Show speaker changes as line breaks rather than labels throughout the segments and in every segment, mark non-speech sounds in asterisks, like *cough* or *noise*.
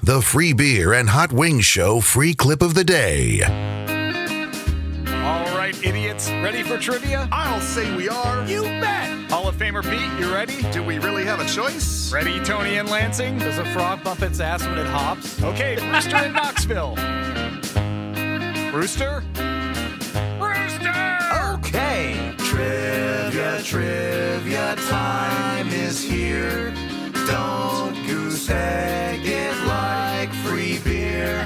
the free beer and hot wings show free clip of the day.
All right, idiots, ready for trivia?
I'll say we are.
You bet! Hall of Famer Pete, you ready?
Do we really have a choice?
Ready, Tony and Lansing?
Does a frog bump its ass when it hops?
Okay, Brewster in Knoxville. Brewster? Brewster!
Okay. Trivia, trivia time is here. Don't goose egg it like free beer.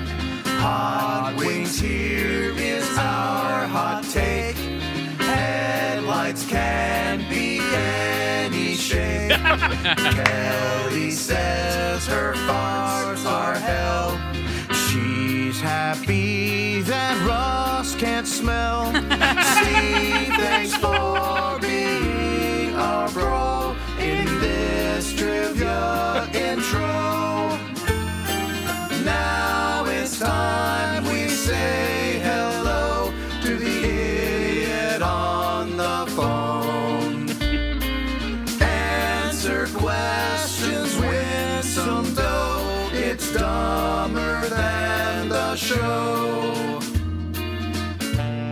Hot wings here is our hot take. Headlights can be any shape. Kelly says her farts are hell. She's happy that Ross can't smell. See, thanks for being a bro in this trivia intro. Now it's time we say hello to the idiot on the phone. Answer questions, win some dough. It's dumber than the show.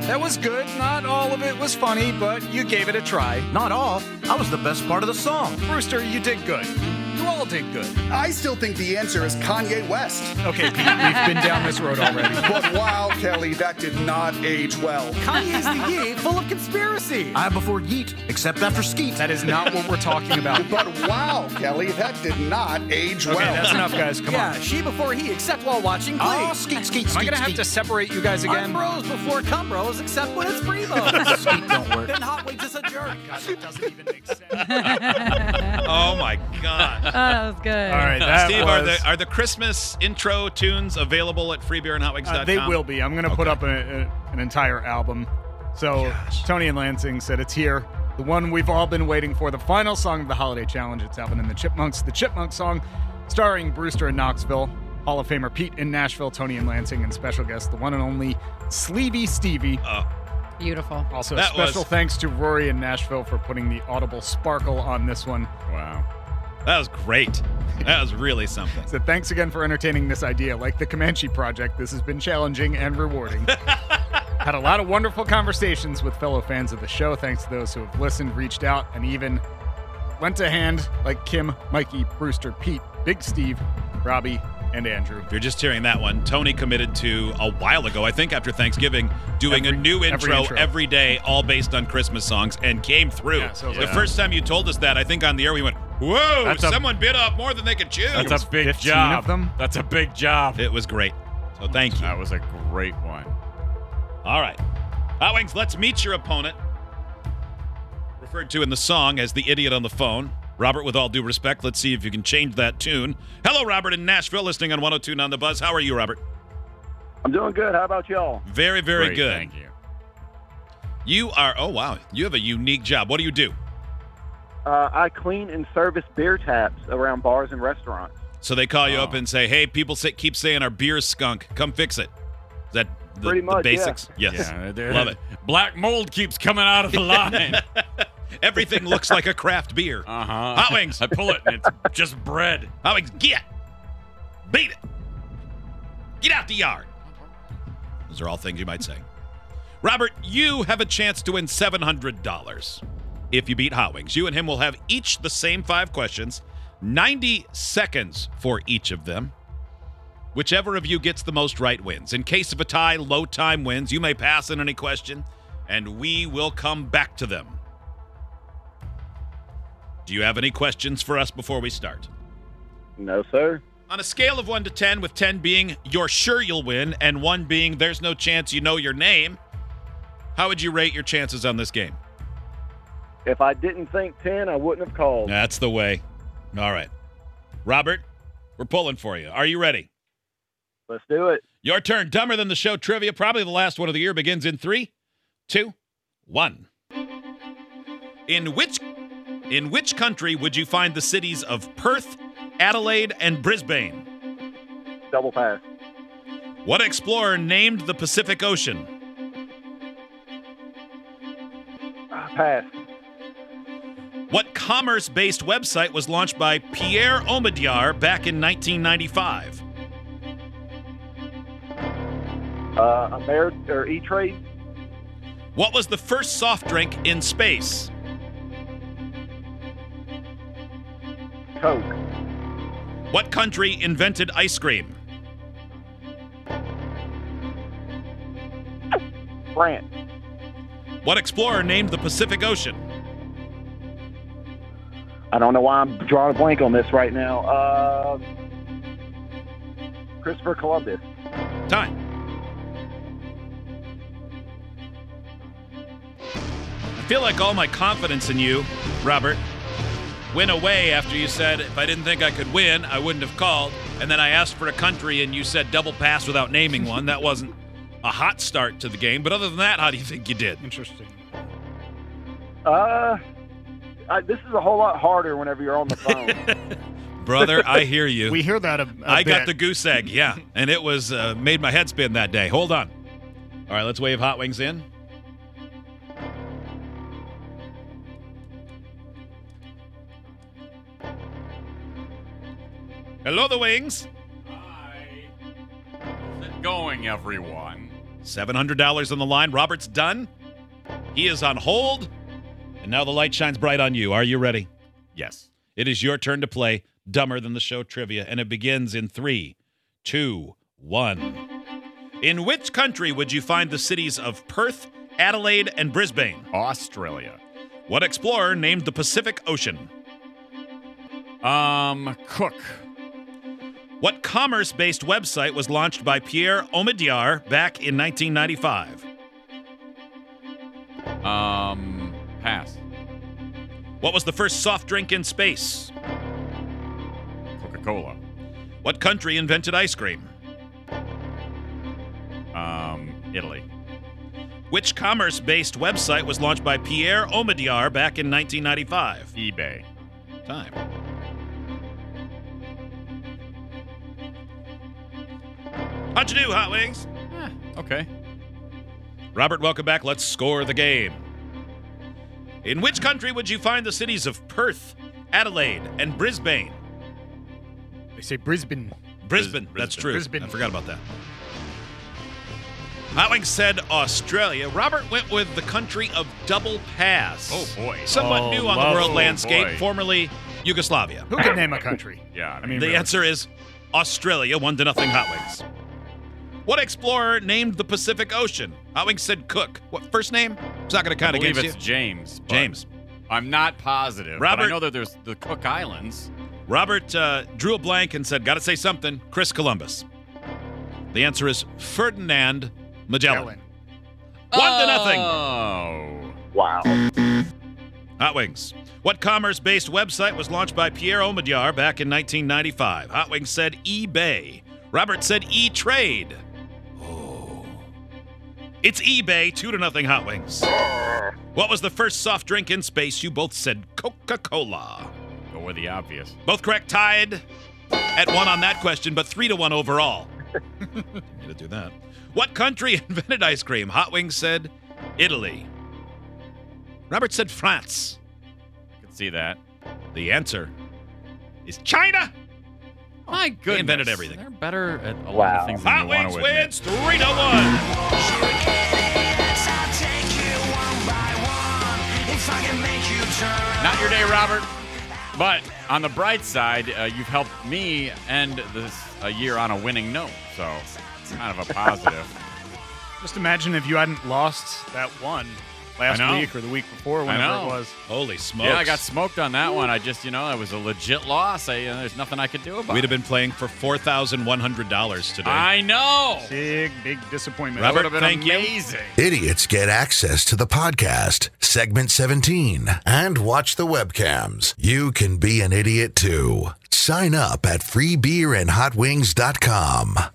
That was good. Not all of it was funny, but you gave it a try.
Not all. I was the best part of the song.
Brewster, you did good. You all did good.
I still think the answer is Kanye West.
Okay, Pete, we've been down this road already.
But *laughs* wow, Kelly, that did not age well.
Kanye's the yee full of conspiracy.
I before yeet, except after skeet.
That is not what we're talking
*laughs*
about. Okay,
But wow, Kelly, that did not age well.
that's enough, guys. Come
yeah,
on.
she before he, except while watching Glee.
Oh, skeet, skeet, skeet.
Am I going to have
skeet.
to separate you guys
Are
again?
bros before cum bros, except when it's
*laughs*
free bros.
Skeet don't work.
then Hot Wings is a jerk.
God, that doesn't even make
*laughs*
sense.
Oh my god!
Oh, that was good.
All right, that
Steve,
was,
are the are the Christmas intro tunes available at freebeerandhotwings.com?
uh, they will be. I'm going to put up a, a- an entire album. So Tony and Lansing said it's here. The one we've all been waiting for, the final song of the holiday challenge. It's Alvin and the Chipmunks, the Chipmunk song, starring Brewster in Knoxville, Hall of Famer Pete in Nashville, Tony and Lansing, and special guest, the one and only Sleepy Stevie.
Oh,
Beautiful.
Also,
That
special
was-
thanks to Rory in Nashville for putting the audible sparkle on this one.
Wow, that was great. That was
*laughs*
really something.
So, thanks again for entertaining this idea. Like the Comanche Project, this has been challenging and
*laughs*
rewarding. Had a lot of wonderful conversations with fellow fans of the show. Thanks to those who have listened, reached out, and even lent a hand, like Kim, Mikey, Brewster, Pete, Big Steve, Robbie, and Andrew.
If you're just hearing that one, Tony committed to a while ago, I think after Thanksgiving, doing a
Every-
new
every
intro every,
intro.
day, all based on Christmas songs, and came through.
Yeah, so it was
the
like-
first time you told us that, I think on the air we went, "Whoa!
That's a-
someone bit off more than they could chew."
That's a big
15
job.
of them?
That's a big job.
it was great. So thank you.
That was a great one.
All right. Hot Wings, let's meet your opponent. Referred to in the song as the idiot on the phone. Robert, with all due respect, let's see if you can change that tune. Hello, Robert in Nashville, listening on 102 on the Buzz. How are you, Robert?
I'm doing good. How about y'all?
Very, very
Great,
good.
Thank you.
You are, oh, wow. You have a unique job. What do you do?
Uh, I clean and service beer taps around bars and restaurants.
So they call you up
Oh.
and say, hey, people say, keep saying our beer's skunk. Come fix it. Is that the,
Pretty
the
much, yeah.
basics?
*laughs*
Yes.
Yeah, they're-
Love it.
Black mold keeps coming out *laughs* of the line.
*laughs* Everything looks like a craft beer.
uh huh.
Hot wings.
I pull it, and *laughs* it's just bread.
Hot Wings, get. Beat it. Get out the yard. Those are all things you might say. Robert, you have a chance to win $700 if you beat Hot Wings. You and him will have each the same five questions, 90 seconds for each of them. Whichever of you gets the most right wins. In case of a tie, low time wins. You may pass in any question, and we will come back to them. Do you have any questions for us before we start?
No, sir.
On a scale of 1 to 10, with 10 being you're sure you'll win and 1 being there's no chance you know your name, how would you rate your chances on this game?
If I didn't think 10, I wouldn't have called.
That's the way. All right. Robert, we're pulling for you. Are you ready?
Let's do it.
Your turn. Dumber than the show trivia, probably the last one of the year, begins in three, two, one. In which in which country would you find the cities of Perth, Adelaide, and Brisbane?
Double pass.
What explorer named the Pacific Ocean?
Ah, Pass.
What commerce based website was launched by Pierre Omidyar back in 1995?
Uh, Amer- or E Trade.
What was the first soft drink in space?
Coke.
What country invented ice cream?
France.
What explorer named the Pacific Ocean?
I don't know why I'm drawing a blank on this right now. Uh, Christopher Columbus.
Time. I feel like all my confidence in you, Robert, went away after you said, if I didn't think I could win, I wouldn't have called. And then I asked for a country and you said double pass without naming one. That wasn't a hot start to the game. But other than that, how do you think you did?
Interesting.
Uh, I, this is a whole lot harder whenever you're on the phone.
Brother, I hear
*laughs*
you.
We hear that a, a
I got the
bit.
goose egg, yeah, and it was uh, made my head spin that day. Hold on. All right, let's wave hot wings in. Hello, the wings.
Hi. How's it going, everyone?
Seven hundred dollars on the line. Robert's done. He is on hold, and now the light shines bright on you. Are you ready?
Yes.
It is your turn to play Dumber Than the Show Trivia, and it begins in three, two, one. In which country would you find the cities of Perth, Adelaide, and Brisbane?
Australia.
What explorer named the Pacific Ocean?
Um, Cook.
What commerce based website was launched by Pierre Omidyar back in 1995?
Um, pass.
What was the first soft drink in space?
Coca Cola.
What country invented ice cream?
Um, Italy.
Which commerce based website was launched by Pierre Omidyar back in 1995?
eBay.
time. How'd you do, Hot Wings?
Okay.
Robert, welcome back. Let's score the game. In which country would you find the cities of Perth, Adelaide, and Brisbane?
They say Brisbane.
Brisbane, that's
Brisbane.
true.
Brisbane.
I forgot about that. Hot Wings said Australia. Robert went with the country of Double Pass.
Oh, boy.
Somewhat
Oh,
new on the
love-
world
oh,
landscape,
boy.
formerly Yugoslavia.
Who can name a country?
Yeah. I
I
mean,
mean,
The
really.
answer is Australia, one to nothing Hot Wings. What explorer named the Pacific Ocean? Hot Wings said Cook. What first name? It's not going to
I
count
believe
against
it's
you.
James. but
James.
I'm not positive. but
Robert-
I know that there's the Cook Islands.
Robert uh, drew a blank and said, "Got to say something." Chris Columbus. The answer is Ferdinand Magellan.
Ellen.
One to nothing.
Oh.
wow.
Hot Wings. What commerce-based website was launched by Pierre Omidyar back in 1995? Hot Wings said eBay. Robert said E-Trade. Oh. It's eBay, two to nothing Hot Wings. What was the first soft drink in space? You both said Coca-Cola.
Go with the obvious.
Both correct, tied at one on that question, but three to one overall. *laughs* Need to do that. What country *laughs* invented ice cream? Hot Wings said Italy. Robert said France.
I can see that.
The answer is China.
My goodness.
invented everything.
They're better at a lot
Wow.
of things than
Hot
you want
Wings
to admit.
wins three to one.
Not your day, Robert. But on the bright side, uh, you've helped me end this a year on a winning note. So, kind of a *laughs* positive.
Just imagine if you hadn't lost that one last
know.
week or the week before, whenever
know.
it was.
Holy smokes!
yeah, I got smoked on that one. I just, you know, it was a legit loss. I, you know, there's nothing I could do about
We'd have
it.
been playing for four thousand one hundred dollars today.
I know.
Big, big disappointment.
That
Robert,
would have been
thank you.
amazing.
Idiots get access to the podcast, segment 17, and watch the webcams. You can be an idiot too. Sign up at freebeerandhotwings.com.